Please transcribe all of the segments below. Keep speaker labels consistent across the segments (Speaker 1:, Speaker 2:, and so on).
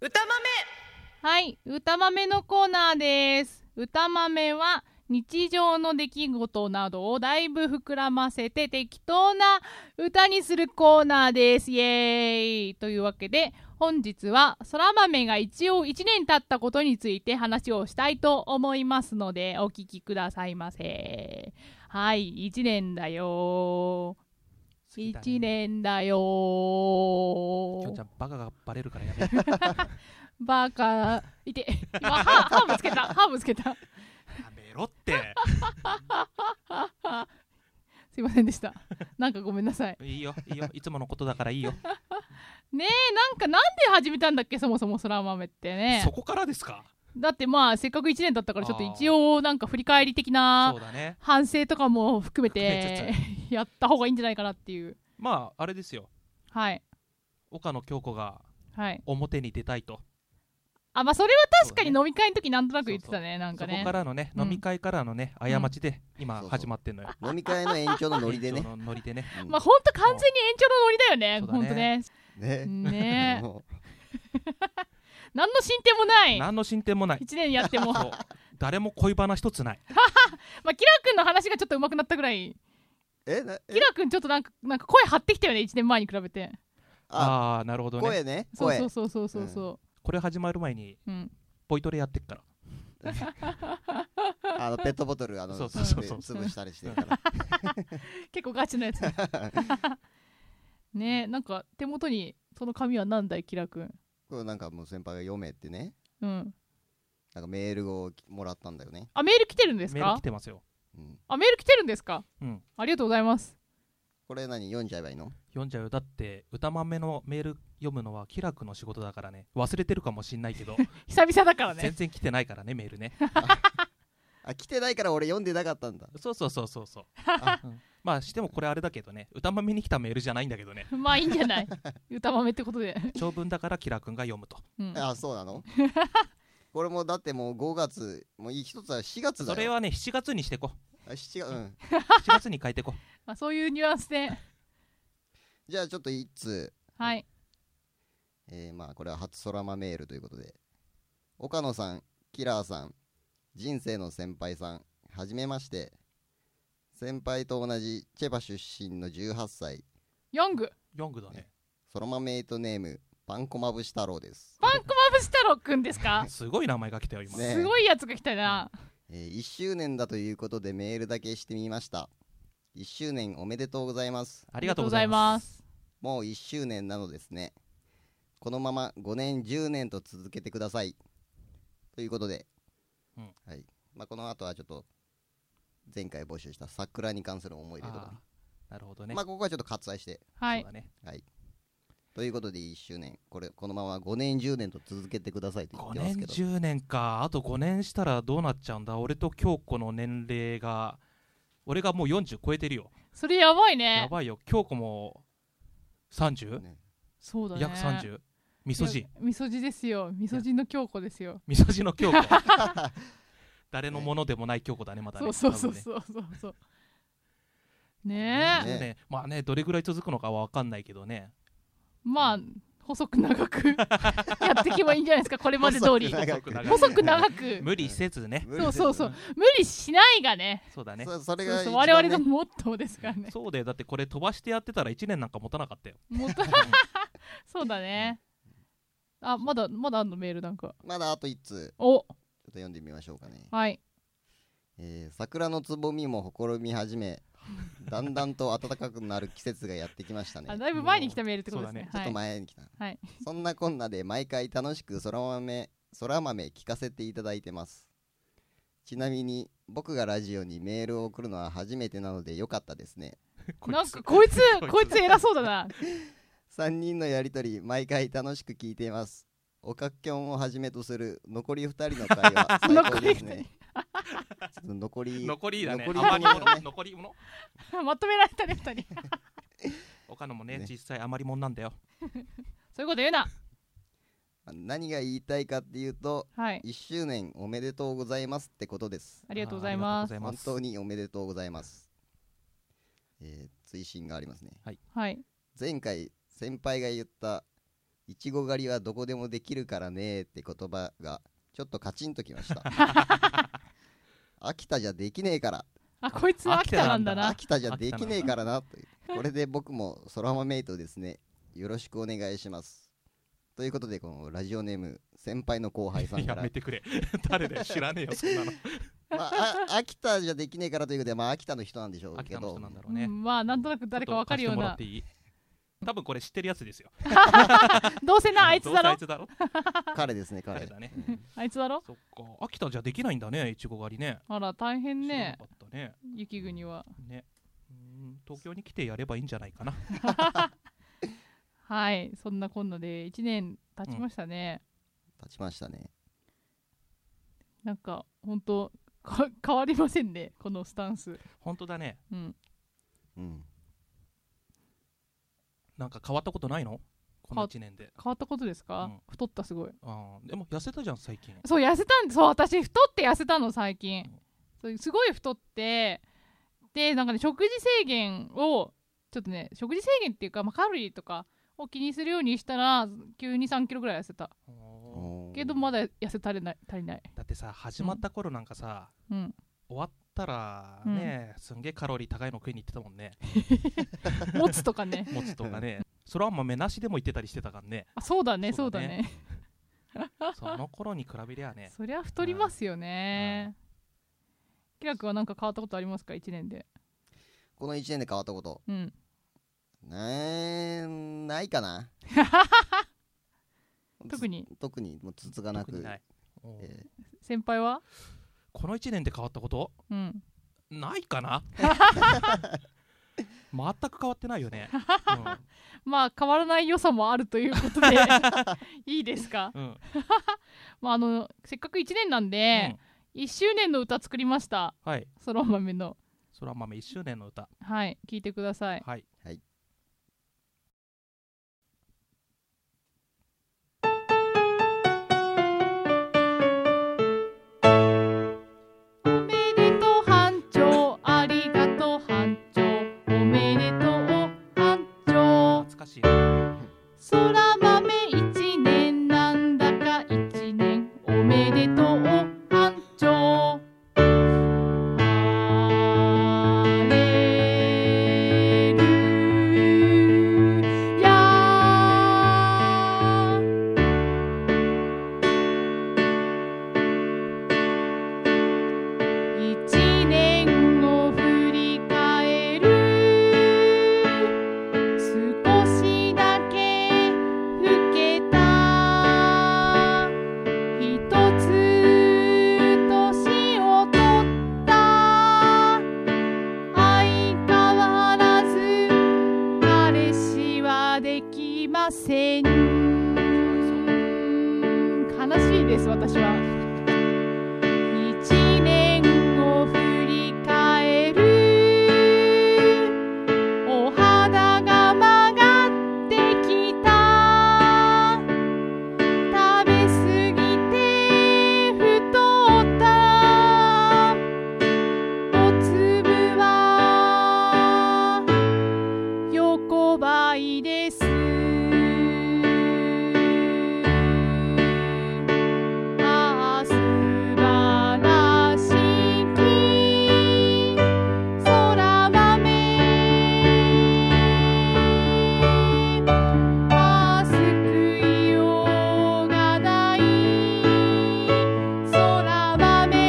Speaker 1: 歌豆
Speaker 2: はい、歌豆のコーナーです。歌豆は日常の出来事などをだいぶ膨らませて適当な歌にするコーナーです。イエーイというわけで本日はそら豆が一応1年経ったことについて話をしたいと思いますのでお聞きくださいませ。はい、1年だよー。1年だよー。
Speaker 3: きょんちゃんバカがバレるからや めて
Speaker 2: バカ、いて、今、歯、歯ぶつけた、歯ぶつけた。
Speaker 3: やめろって
Speaker 2: すいませんでした。 なんかごめんなさい。
Speaker 3: いいよいいよいつものことだからいいよ、
Speaker 2: ねえ、なんかなんで始めたんだっけ、そもそも空豆ってね
Speaker 3: そ。こからですか
Speaker 2: だってまあ、せっかく1年だったから、ちょっと
Speaker 3: あー
Speaker 2: 一応、なんか振り返り的な
Speaker 3: そうだね
Speaker 2: 反省とかも含め
Speaker 3: 含め
Speaker 2: て、 やった方がいいんじゃないかなっていう。
Speaker 3: まああれですよ
Speaker 2: はい。
Speaker 3: 岡野京子が
Speaker 2: はい。
Speaker 3: 表に出たいと、
Speaker 2: あ、まあ、それは確かに飲み会の時なんとなく言ってたね、なん
Speaker 3: そ
Speaker 2: か
Speaker 3: こ
Speaker 2: ね
Speaker 3: か。らのね、
Speaker 2: うん
Speaker 3: 飲み会からのね過ちで
Speaker 1: そう
Speaker 3: 今
Speaker 1: そう
Speaker 3: 始まってんのよ、
Speaker 1: 飲み会の延長のノリでね
Speaker 3: 延 長のノリでね
Speaker 1: うん
Speaker 2: まあ、ほんと完全に延長のノリだよね、
Speaker 3: そうだ
Speaker 2: ほんとね
Speaker 1: ね
Speaker 3: ね。
Speaker 2: ね え。
Speaker 1: も
Speaker 2: 何の進展もない。
Speaker 3: 何の進展もない
Speaker 2: 1年やっても。
Speaker 3: そう誰も恋バナ一つない
Speaker 2: まあ、キラーくんの話がちょっと上手くなったぐらい、
Speaker 1: うえなえ
Speaker 2: キラーくんちょっとなんか、なんか声張ってきたよね、1年前に比べて。
Speaker 1: あ
Speaker 3: ああーなるほどね
Speaker 1: 声ね
Speaker 2: そう
Speaker 1: 声
Speaker 2: そうそうそうそうそ
Speaker 3: これ始まる前に
Speaker 2: う。うん。
Speaker 3: ボイトレやってっから
Speaker 1: あのペットボトルあの
Speaker 3: そうそうそうそう
Speaker 1: 潰したりしてるから
Speaker 2: 結構ガチなやつ。 ねえ、なんか手元に、その紙は何だい、キラーくん。
Speaker 1: これなんかもう先輩が読めってね
Speaker 2: うん。
Speaker 1: なんかメールをもらったんだよね
Speaker 2: あ、メール来てるんです
Speaker 3: メール
Speaker 2: か
Speaker 3: 来てますよ、
Speaker 1: うん
Speaker 2: あ、メール来てるんですか
Speaker 3: うん、
Speaker 2: ありがとうございます。
Speaker 1: これ何読んじゃえばいいの
Speaker 3: 読んじゃうよだって歌豆のメール読むのは気楽の仕事だからね忘れてるかもしんないけど、
Speaker 2: 久々だから
Speaker 3: 全
Speaker 2: ね。
Speaker 3: 然来てないからねメールね
Speaker 1: あ来てないから俺読んでなかったんだ
Speaker 3: そうそうそうそうそう
Speaker 1: あ
Speaker 3: うんまあしてもこれあれだけどね歌豆に来たメールじゃないんだけどね
Speaker 2: まあいいんじゃない歌豆ってことで。
Speaker 3: 長文だからキラ君が読むと
Speaker 2: うん。
Speaker 1: あそうな のこれもだってもう5月もう一つは4月だ
Speaker 3: そ
Speaker 1: よ
Speaker 3: れはね7月にしてこ
Speaker 1: あ7月うん
Speaker 3: 7月に変えてこ
Speaker 2: まあそういうニュアンスで。
Speaker 1: じゃあちょっと一通
Speaker 2: はい。
Speaker 1: えーまあこれは初空間メールということで岡野さんキラーさん人生の先輩さんはじめまして先輩と同じチェパ出身の18歳
Speaker 2: ヨング。
Speaker 3: ヨングだね
Speaker 1: ソロマメイトネームパンコマブシ太郎です、
Speaker 2: パンクマブシ太郎くんですか
Speaker 3: すごい名前が来たよ今、
Speaker 1: ねえ
Speaker 2: すごいやつが来たな。
Speaker 1: え1周年だということでメールだけしてみました1周年おめでとうございます
Speaker 3: ありがとうございます
Speaker 2: す。
Speaker 1: もう1周年なのですね。このまま5年、10年と続けてください。ということで、
Speaker 3: うん
Speaker 1: はいまあ、この後はちょっと前回募集した桜に関する思い出とか、
Speaker 3: あーなるほどね、
Speaker 1: まあ、ここはちょっと割愛して。
Speaker 2: は
Speaker 3: そう
Speaker 2: い。
Speaker 3: だね
Speaker 1: ということで1周年、これこのまま5年、10年と続けてくださいと言っ
Speaker 3: 5
Speaker 1: てま
Speaker 3: 年
Speaker 1: すけど、
Speaker 3: 10年かあと5年したらどうなっちゃうんだ俺と京子の年齢が俺がもう40超えてるよ
Speaker 2: それやばい
Speaker 3: や
Speaker 2: ね。
Speaker 3: ばいよ京子も 30?
Speaker 1: ね
Speaker 2: そうだね。
Speaker 3: 約30みそ
Speaker 2: い
Speaker 3: じ
Speaker 2: や。みそじですよ。みそじの京子ですよ。
Speaker 3: みそじの 京子誰のものでもない京子だねまだね
Speaker 2: そうそうそう
Speaker 3: 多分ね
Speaker 2: そうそうそう。ねえ。
Speaker 3: ねねまあねどれぐらい続くのかは分かんないけどね
Speaker 2: まあ、細く長くやっていけばいいんじゃないですか、これまで通り。
Speaker 1: 細
Speaker 3: 細く長く
Speaker 2: 細く長く。
Speaker 3: 無理せずね
Speaker 1: 無理
Speaker 2: そう
Speaker 1: せず
Speaker 2: そうそう。無理しないがね。
Speaker 3: そうだね
Speaker 1: そそれ
Speaker 2: そう
Speaker 1: が
Speaker 2: そ
Speaker 1: 一
Speaker 2: う
Speaker 1: 番
Speaker 2: 我々
Speaker 1: ね
Speaker 2: のモットーですから ね。
Speaker 3: そうでだってこれ飛ばしてやってたら1年なんか持たなかったよ
Speaker 2: モットーそうだね。あ、まだ、まだあんのメールなんか。
Speaker 1: まだあと1通、ちょっ
Speaker 2: お
Speaker 1: と読んでみましょうかね。
Speaker 2: はい。
Speaker 1: えー桜のつぼみもほころみ始め、だんだんと暖かくなる季節がやってきま したね
Speaker 2: あ。だいぶ前に来たメールってことですね。
Speaker 1: ちょっと
Speaker 2: はい
Speaker 1: 前に来た、
Speaker 2: はい
Speaker 1: そんなこんなで毎回楽しくそら豆そら豆聞かせていただいてますちなみに僕がラジオにメールを送るのは初めてなので良かったですね
Speaker 3: こい
Speaker 2: なん
Speaker 3: つ
Speaker 2: かこいつ、
Speaker 3: こいつ
Speaker 2: こいつ偉そうだな。
Speaker 1: 3人のやりとり毎回楽しく聞いていますおかっきょんをはじめとする残り2人の会話最高です ねちょっと残り
Speaker 3: 残りだね
Speaker 1: 残りも
Speaker 3: 余り
Speaker 1: の
Speaker 3: 物
Speaker 1: ね
Speaker 3: 残り物
Speaker 2: まとめられたね、二人。
Speaker 3: 他のもね
Speaker 1: ね
Speaker 3: 実際余り物なんだよ
Speaker 2: そういうこと言うな。
Speaker 1: 何が言いたいかっていうと
Speaker 2: はい。
Speaker 1: 1周年おめでとうございますってことです
Speaker 2: ありがとうございます。
Speaker 3: あーありがとうござい
Speaker 1: 本
Speaker 3: ます
Speaker 1: 当におめでとうございます、えー、追伸がありますね
Speaker 2: はい。
Speaker 1: 前回先輩が言ったいちご狩りはどこでもできるからねって言葉がちょっとカチンときま した秋田じゃできねえから
Speaker 2: あこいつは秋田なんだな
Speaker 1: 秋田じゃできねえからなというこれで僕も空浜メイトですねよろしくお願いしますということでこのラジオネーム先輩の後輩さんか
Speaker 3: や
Speaker 1: ら
Speaker 3: めてくれ誰だよ知らねえよそんなの
Speaker 1: まあ、あ秋田じゃできねえからということで、まあ、秋田の人なんでしょう
Speaker 3: 秋
Speaker 1: け
Speaker 3: 田の
Speaker 1: ど
Speaker 3: 人なんだろうね、
Speaker 2: うんまあなんとなく誰かわかるよう
Speaker 3: ちょっ
Speaker 2: な
Speaker 3: と貸してもらっていい多分これ知ってるやつですよ
Speaker 2: どうせなあいつだ
Speaker 3: どうせあ
Speaker 2: ろ
Speaker 3: いつだろ
Speaker 1: 彼ですね彼
Speaker 3: 彼だね
Speaker 2: あいつだろ
Speaker 3: そっか秋田じゃできないんだねいちご狩りね
Speaker 2: あら大変ね
Speaker 3: 知らなかったね
Speaker 2: 雪国は
Speaker 3: ねうん東京に来てやればいいんじゃないかな
Speaker 2: はいそんなこんなで1年経ちましたね、
Speaker 1: 立ちましたね
Speaker 2: なんか本当か変わりませんねこのスタンス
Speaker 3: 本当だね
Speaker 2: うん
Speaker 1: うん
Speaker 3: なんか変わったことないのこの1年で、
Speaker 2: 変わったことですか、
Speaker 3: うん
Speaker 2: 太ったすごい
Speaker 3: あーでも痩せたじゃん最近
Speaker 2: そう痩せたんそう私太って痩せたの最近
Speaker 3: うん
Speaker 2: そうすごい太ってでなんかね食事制限をちょっとね食事制限っていうか、まあ、カロリーとかを気にするようにしたら急に3キロぐらい痩せた
Speaker 3: おー
Speaker 1: おー
Speaker 2: けどまだ痩せ足りない足りない
Speaker 3: だってさ始まった頃なんかさ、
Speaker 2: うん
Speaker 3: 終わったらね、すんげえカロリー高いの食いに行ってたもんね
Speaker 2: 持つとか ね
Speaker 3: もつとかねそれは豆なしでも行ってたりしてたからね
Speaker 2: あそうだねそ
Speaker 3: そうう
Speaker 2: だ
Speaker 3: だ
Speaker 2: ね
Speaker 3: ねその頃に比べりゃね
Speaker 2: そりゃ太りますよねキラ君は何か変わったことありますか1年で
Speaker 1: この1年で変わったこと
Speaker 2: うん
Speaker 1: ねーないかな
Speaker 2: 特に
Speaker 1: つ特にもうつつがなく
Speaker 3: 特にないおう
Speaker 1: えー
Speaker 2: 先輩は
Speaker 3: この1年で変わったこと
Speaker 2: うん
Speaker 3: ないかな全く変わってないよね、
Speaker 2: まあ変わらない良さもあるということ でいいですか
Speaker 3: うんうん
Speaker 2: まああのせっかく1年なんで、1周年の歌作りました
Speaker 3: うんはい
Speaker 2: そら豆の
Speaker 3: そら豆1周年の歌
Speaker 2: はい聞いてください
Speaker 3: はい
Speaker 2: おめでとう班長ありがとう班長おめでとう班長
Speaker 3: 懐かしい
Speaker 2: そら豆一年なんだか一年おめでとう班長ハレルヤ一年を振り返る「少しだけ老けた」「ひとつ年をとった」「相変わらず彼氏はできません」悲しいです私は。一年を振り返るお肌が曲がってきた食べ過ぎて太ったお粒は横ばいですああ素晴らしき空豆ああ救いようがない空豆遠い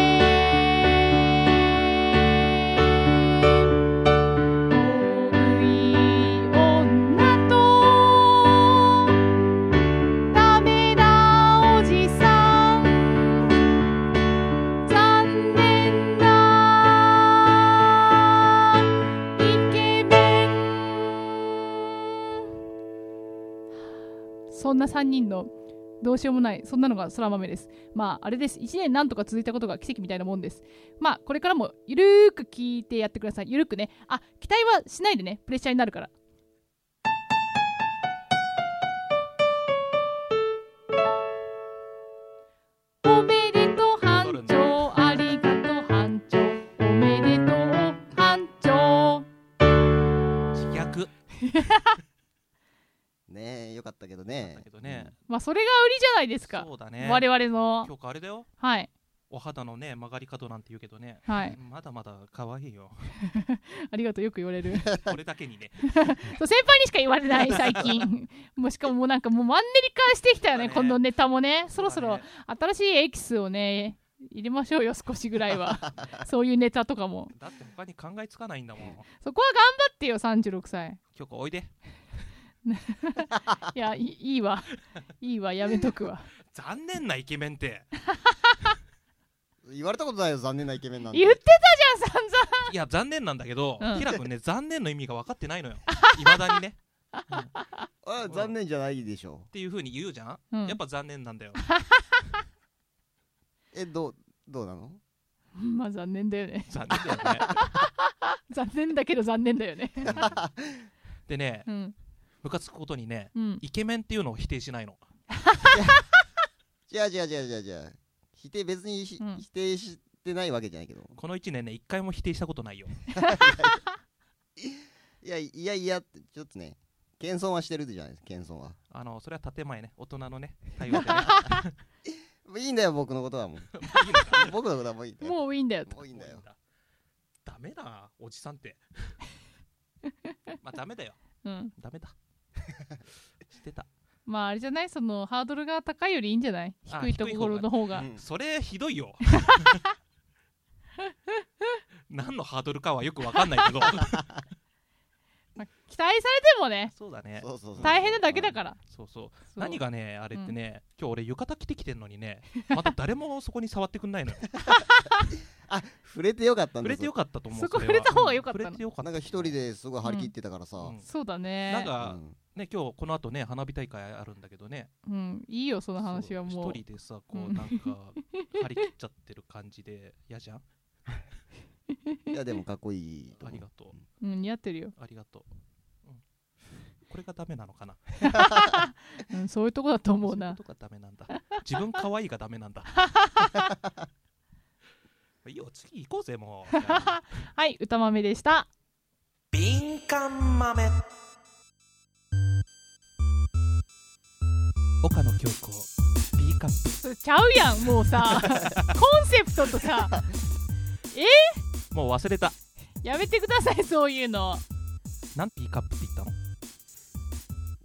Speaker 2: 女とダメだおじさん残念だイケメンそんな3人のどうしようもないそんなのが空豆ですまああれです1年なんとか続いたことが奇跡みたいなもんですまあこれからもゆるーく聞いてやってくださいゆるくねあ期待はしないでねプレッシャーになるからおめでとう班長ありがとう班長おめでとう班長
Speaker 3: 自虐
Speaker 1: ねえよかったけど
Speaker 3: だ
Speaker 1: ね
Speaker 3: けどね、
Speaker 2: まあそれが売りじゃないですか、
Speaker 3: そうだね
Speaker 2: 我々の
Speaker 3: 今日あれだよ
Speaker 2: はい
Speaker 3: お肌のね曲がり角なんて言うけどね
Speaker 2: はい
Speaker 3: まだまだ可愛いよ
Speaker 2: ありがとうよく言われる
Speaker 3: これだけにね
Speaker 2: そう先輩にしか言われ ない最近もうしかももうなんかもうマンネリ化してきたよね
Speaker 3: そうだね
Speaker 2: このネタもねそろそ
Speaker 3: まあ
Speaker 2: ろ
Speaker 3: ね
Speaker 2: 新しいエキスをね入れましょうよ少しぐらい はそういうネタとかも
Speaker 3: だって他に考えつかないんだもん
Speaker 2: そこは頑張ってよ36歳
Speaker 3: 今日おいで
Speaker 2: いやいいいいわいいわやめとくわ
Speaker 3: 残念なイケメンって
Speaker 1: 言われたことないよ残念なイケメンなんて
Speaker 2: 言ってたじゃん散々
Speaker 3: いや残念なんだけど、
Speaker 2: うん
Speaker 3: キラ君ね残念の意味が分かってないのよいまだにね、うんっ
Speaker 1: あ残念じゃないでしょ
Speaker 3: ていうふうに言うじゃん、
Speaker 2: うん
Speaker 3: やっぱ残念なんだよ
Speaker 1: えどうどうなの
Speaker 2: まあ残念だよね
Speaker 3: 残念だよね
Speaker 2: 残念だけど残念だよね
Speaker 3: でね
Speaker 2: うん
Speaker 3: ムカつくことにね
Speaker 2: うん
Speaker 3: イケメンっていうのを否定しないの
Speaker 1: 違う違う違う違う違う否定別にひ、
Speaker 2: うん
Speaker 1: 否定してないわけじゃないけど
Speaker 3: この1年ね一回も否定したことないよ
Speaker 1: いやいやいやってちょっとね謙遜はしてるじゃないですか謙遜は
Speaker 3: あのそれは建前ね大人のね対応でね
Speaker 1: いいんだよ僕のことはもう僕のことはもういいんだよ
Speaker 2: もういいんだよ
Speaker 1: もういいんだよ
Speaker 3: ダメだおじさんってまあダメだよ
Speaker 2: うん
Speaker 3: ダメだしてた
Speaker 2: まああれじゃないそのハードルが高いよりいいんじゃない
Speaker 3: あ
Speaker 2: 低いところの方が
Speaker 1: うん
Speaker 3: それひどいよ何のハードルかはよくわかんないけど
Speaker 2: まあ期待されてもね
Speaker 3: そうだね
Speaker 1: そうそうそう
Speaker 2: 大変なだけだから
Speaker 3: そうそう
Speaker 2: そう
Speaker 3: 何がねあれってね、今日俺浴衣着てきてんのにねまた誰もそこに触ってくんないのよ
Speaker 1: 触れてよかったん
Speaker 3: 触
Speaker 1: だ
Speaker 3: れてよかったと思う
Speaker 2: そこ
Speaker 3: れ
Speaker 2: 触
Speaker 3: は
Speaker 2: れた方が良かったの
Speaker 3: 触れてよかった
Speaker 1: なんか一人ですごい張り切ってたからさ、
Speaker 3: う
Speaker 1: うん
Speaker 3: ん
Speaker 2: そうだね
Speaker 3: なんか
Speaker 1: う
Speaker 3: ね今日この後ね花火大会あるんだけどね
Speaker 2: うんいいよその話は
Speaker 3: そ
Speaker 2: もう
Speaker 3: 一人でさ
Speaker 2: う
Speaker 3: こうんなんか張り切っちゃってる感じで嫌じゃん
Speaker 1: んいやでもかっこいいと
Speaker 3: あ
Speaker 1: 思
Speaker 3: り
Speaker 1: う
Speaker 3: がと
Speaker 2: うん似合ってるよ
Speaker 3: うありがとう、うんこれがダメなのかな
Speaker 2: うんそういうとこだと思う
Speaker 3: そい
Speaker 2: な
Speaker 3: ことがダメなんだ自分可愛いがダ メなんだいいよ次行こうぜも う
Speaker 2: はい歌豆でした
Speaker 4: 敏感豆
Speaker 3: 岡野京子 B カッ
Speaker 2: それちゃうやんもう さコンセプトとさ
Speaker 3: プもう忘れた
Speaker 2: やめてくださいそういうの
Speaker 3: なんて B カップって言ったの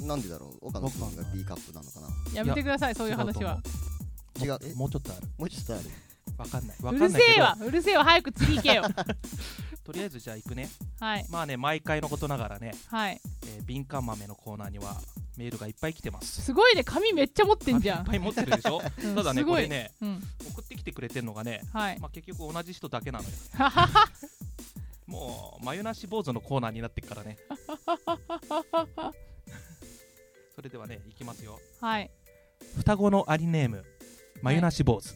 Speaker 1: なんでだろう岡野さんが B カップなのかな
Speaker 2: やめてくださいそういう話は
Speaker 1: 違う
Speaker 3: 違うと思
Speaker 1: え
Speaker 3: もうちょっとある
Speaker 1: もうちょっとある
Speaker 3: わかんないわ
Speaker 2: う
Speaker 3: か
Speaker 2: る
Speaker 3: ん
Speaker 2: せ
Speaker 3: ないけ
Speaker 2: え
Speaker 3: ど
Speaker 2: わうるせえわ早く次行けよ
Speaker 3: とりあえずじゃあ行くね
Speaker 2: はい
Speaker 3: まあね毎回のことながらね、
Speaker 2: はい
Speaker 3: えー敏感豆のコーナーにはメールがいっぱい来てます
Speaker 2: すごいね紙めっちゃ持ってんじゃ
Speaker 3: いっ
Speaker 2: ん
Speaker 3: ぱい持ってるでしょ
Speaker 2: うん
Speaker 3: ただね
Speaker 2: すご
Speaker 3: こ
Speaker 2: い
Speaker 3: れね
Speaker 2: うん
Speaker 3: 送ってきてくれてるのがね
Speaker 2: はい
Speaker 3: まあ結局同じ人だけなのよもう眉なし坊主のコーナーになって っからねそれではねいきますよ
Speaker 2: はい
Speaker 3: 双子のアリネーム眉なし坊主、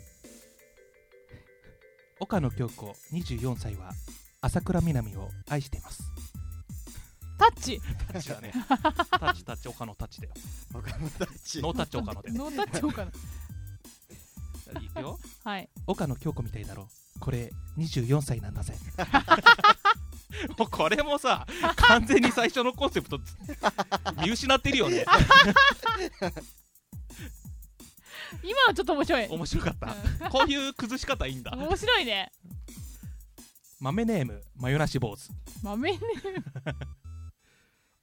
Speaker 3: 岡野京子24歳は朝倉みなみを愛しています
Speaker 2: タッチ
Speaker 3: タッチだ ねタッチタッチ岡野タッチだよ
Speaker 1: 岡野たち
Speaker 3: ノータッチ岡野 で
Speaker 2: ノータッチをかな
Speaker 3: いくよ
Speaker 2: はい
Speaker 3: 岡野京子みたいだろこれ24歳なんだぜ もうこれもさ完全に最初のコンセプト見失ってるよね
Speaker 2: 今はちょっと面白い
Speaker 3: 面白かったこういう崩し方いいんだ
Speaker 2: うん面白いね
Speaker 3: 豆ネームマヨナシ坊主
Speaker 2: 豆ね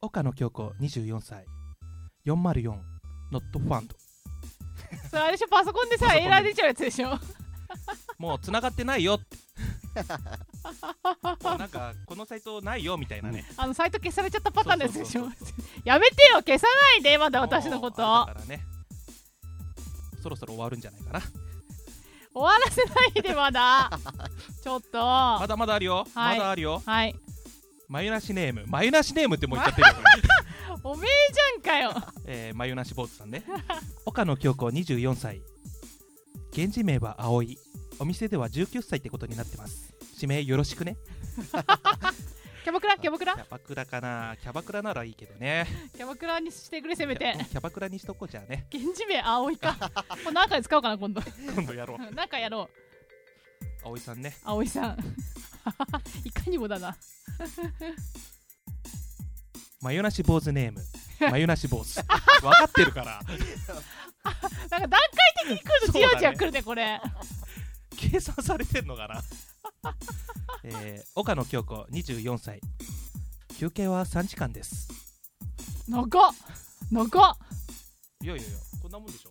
Speaker 3: 岡野京子24歳404ノットファンド
Speaker 2: それあれでしょパソコンで
Speaker 3: パ
Speaker 2: さ
Speaker 3: ソコンで
Speaker 2: エラー出ちゃうやつでしょ
Speaker 3: もう繋がってないよって もうなんかこのサイトないよみたいなね
Speaker 2: あのサイト消されちゃったパターンのやつでしょ
Speaker 3: そうそう
Speaker 2: やめてよ消さないでまだ私のこと終
Speaker 3: もう
Speaker 2: わ
Speaker 3: だからねそろそろ終わるんじゃないかな
Speaker 2: らせないでま だちょっと
Speaker 3: ま
Speaker 2: は
Speaker 3: だまだあるよ、
Speaker 2: はい
Speaker 3: まだあるよ
Speaker 2: い
Speaker 3: マユナシネームマユナシネームってもう言っちゃって るよ、
Speaker 2: おめえじゃんかよ
Speaker 3: えー、マユナシ坊主さんね岡野京子24歳現地名は葵お店では19歳ってことになってます指名よろしくね
Speaker 2: キャバクラキャバク
Speaker 3: キ
Speaker 2: ラ
Speaker 3: ャバクラかなキャバクラならいいけどね
Speaker 2: キャバクラにしてくれせめ
Speaker 3: キ
Speaker 2: て
Speaker 3: ャキャバクラにしとこうじゃあね
Speaker 2: 源氏名葵かもう何回使おうかな今度
Speaker 3: 今度やろう
Speaker 2: なんかやろう
Speaker 3: 葵さんね
Speaker 2: 葵さん いかにもだな
Speaker 3: マヨナシ坊主ネーム眉なし坊主分かってるから
Speaker 2: なんか段階的に来るとじ
Speaker 3: そうだね
Speaker 2: わじわ来るねこれ
Speaker 3: 計算されてんのかな えー、岡野京子24歳休憩は3時間です
Speaker 2: 長っ長っ
Speaker 3: いやいやいやこんなもんでしょ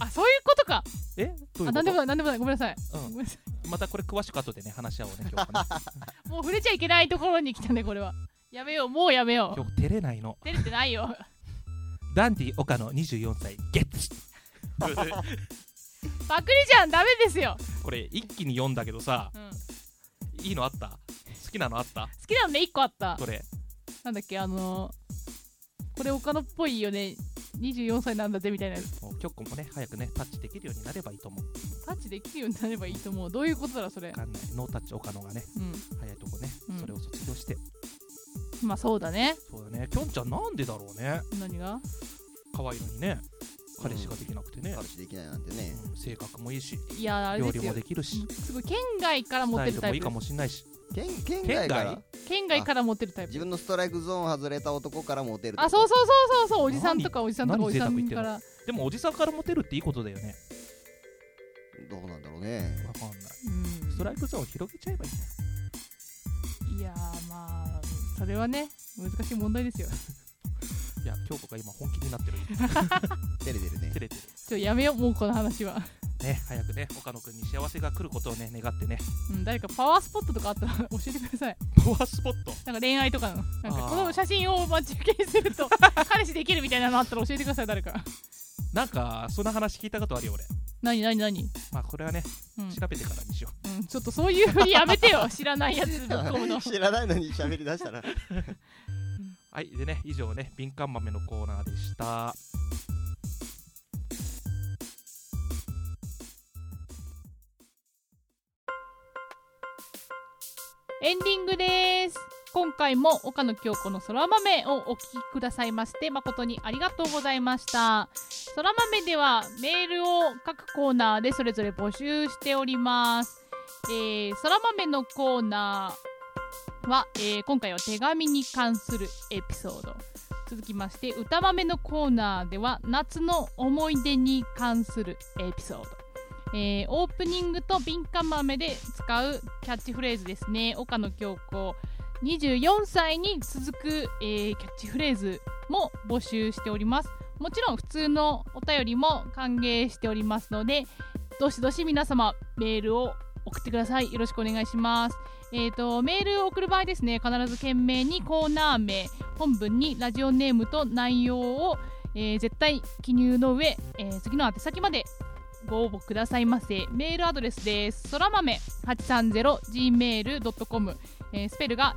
Speaker 2: あそういうことか
Speaker 3: えどうい
Speaker 2: あな
Speaker 3: うこ
Speaker 2: ん
Speaker 3: と
Speaker 2: でもないなんでもないごめんなさいごめんなさ
Speaker 3: うん、またこれ詳しく後でね話し合おうね今日 はね
Speaker 2: いもう触れちゃいけないところに来たねこれはやめようもうやめよう
Speaker 3: 今日照れないの
Speaker 2: 出れてないよ
Speaker 3: ダンディ岡野24歳ゲッ ツ
Speaker 2: パクリじゃんダメですよ、
Speaker 3: これ一気に読んだけどさ
Speaker 2: うん、好
Speaker 3: いいのあった好きなのあった
Speaker 2: きなのね1個あった
Speaker 3: どれ
Speaker 2: なんだっけあのー、これ岡野っぽいよね24歳なんだぜみたいなやつ
Speaker 3: もう京子もね早くねタッチできるようになればいいと思う
Speaker 2: タッチできるようになればいいと思うどういうことだろうそれ
Speaker 3: わかんないノータッチ岡野がね
Speaker 2: うん
Speaker 3: 早いとこね、
Speaker 2: うん
Speaker 3: それを卒業して
Speaker 2: まあそうだね
Speaker 3: そうだねきょんちゃんなんでだろうね
Speaker 2: 何が
Speaker 3: 可愛いのにね彼氏ができなくてね、
Speaker 1: 彼氏できないなんてね。
Speaker 3: うん性格もいいし
Speaker 2: いやあれ
Speaker 3: 料
Speaker 2: です
Speaker 3: 理
Speaker 2: よ
Speaker 3: もできるし
Speaker 2: すごい県外から持
Speaker 3: ス
Speaker 2: っ
Speaker 3: タ
Speaker 2: て
Speaker 3: イ
Speaker 2: る
Speaker 3: ル
Speaker 2: タ
Speaker 3: もい
Speaker 2: イ
Speaker 3: い
Speaker 2: プ
Speaker 3: かもしれないし
Speaker 1: 県県外から
Speaker 2: 県外から持ってるタイ
Speaker 1: 自
Speaker 2: プ
Speaker 1: 分のストライクゾーン外れた男からモテる。
Speaker 2: あそうそうそうそうそうおじさんとかおじさんとか
Speaker 3: 何
Speaker 2: おじさん
Speaker 3: 何贅
Speaker 2: か
Speaker 3: 沢言
Speaker 2: ら
Speaker 3: でもおじさんからモテるっていいことだよね
Speaker 1: う。どうなんだろうね。
Speaker 3: わかんない
Speaker 2: うん
Speaker 3: ストライクゾーンを広げちゃえばいいんだよ
Speaker 2: いやーまあそれはね難しい問題ですよ
Speaker 3: いや京子が今本気になってる
Speaker 1: 照れてるね
Speaker 3: 照。 れてる
Speaker 2: ちょやめようもうこの話は、
Speaker 3: ね早くね岡野くんに幸せが来ることをね願ってね
Speaker 2: うん、誰かパワースポットとかあったら 教えてください
Speaker 3: パワースポット
Speaker 2: なんか恋愛とかのなんか
Speaker 3: あー
Speaker 2: この写真を待ち受けにする と彼氏できるみたいなのあったら教えてください誰か
Speaker 3: なんかそんな話聞いたことあるよ俺
Speaker 2: 何何何
Speaker 3: まあこれはね
Speaker 2: うん、
Speaker 3: 調べてからにしよう
Speaker 2: うん、ちょっとそういうふうにやめてよ知らないやつぶっ込むの
Speaker 1: 知らないのに喋り出したら。
Speaker 3: はいでね以上ね敏感豆のコーナーでした
Speaker 2: エンディングです今回も岡野京子の空豆をお聞きくださいまして誠にありがとうございました空豆ではメールを各コーナーでそれぞれ募集しておりますえー、空豆のコーナーは、えー今回は手紙に関するエピソード続きまして歌豆のコーナーでは夏の思い出に関するエピソードえーオープニングと敏感豆で使うキャッチフレーズですね岡野京子24歳に続く、えーキャッチフレーズも募集しておりますもちろん普通のお便りも歓迎しておりますのでどしどし皆様メールを送ってくださいよろしくお願いしますえー、とメールを送る場合ですね必ず懸命にコーナー名本文にラジオネームと内容を、えー絶対記入の上、えー次の宛先までご応募くださいませメールアドレスですそら豆 830gmail.com、えースペルが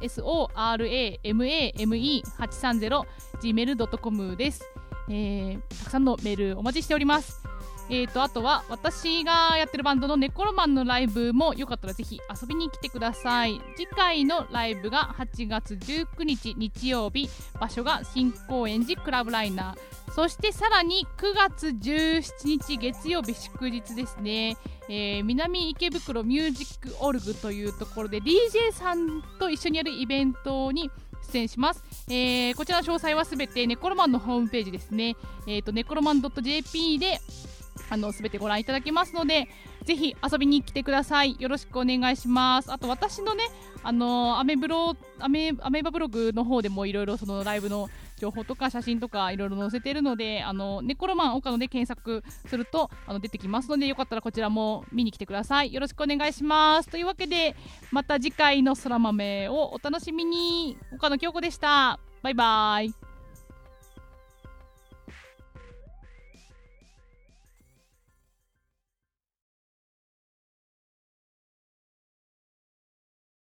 Speaker 2: soramame830gmail.com です、えーたくさんのメールお待ちしておりますえー、とあとは私がやってるバンドのネコロマンのライブもよかったらぜひ遊びに来てください次回のライブが8月19日日曜日場所が新高円寺クラブライナーそしてさらに9月17日月曜日祝日ですね、えー南池袋ミュージックオルグというところで DJ さんと一緒にやるイベントに出演します、えーこちらの詳細はすべてネコロマンのホームページですね、えー、とネコロマン .jp であのすべてご覧いただけますのでぜひ遊びに来てくださいよろしくお願いしますあと私のねあのアメブロアメアメーバブログの方でもいろいろそのライブの情報とか写真とかいろいろ載せてるので、あの、ネコロマン岡野で検索すると、あの、出てきますので、よかったらこちらも見に来てください。よろしくお願いします。というわけで、また次回の空豆をお楽しみに。岡野京子でした。バイバイ。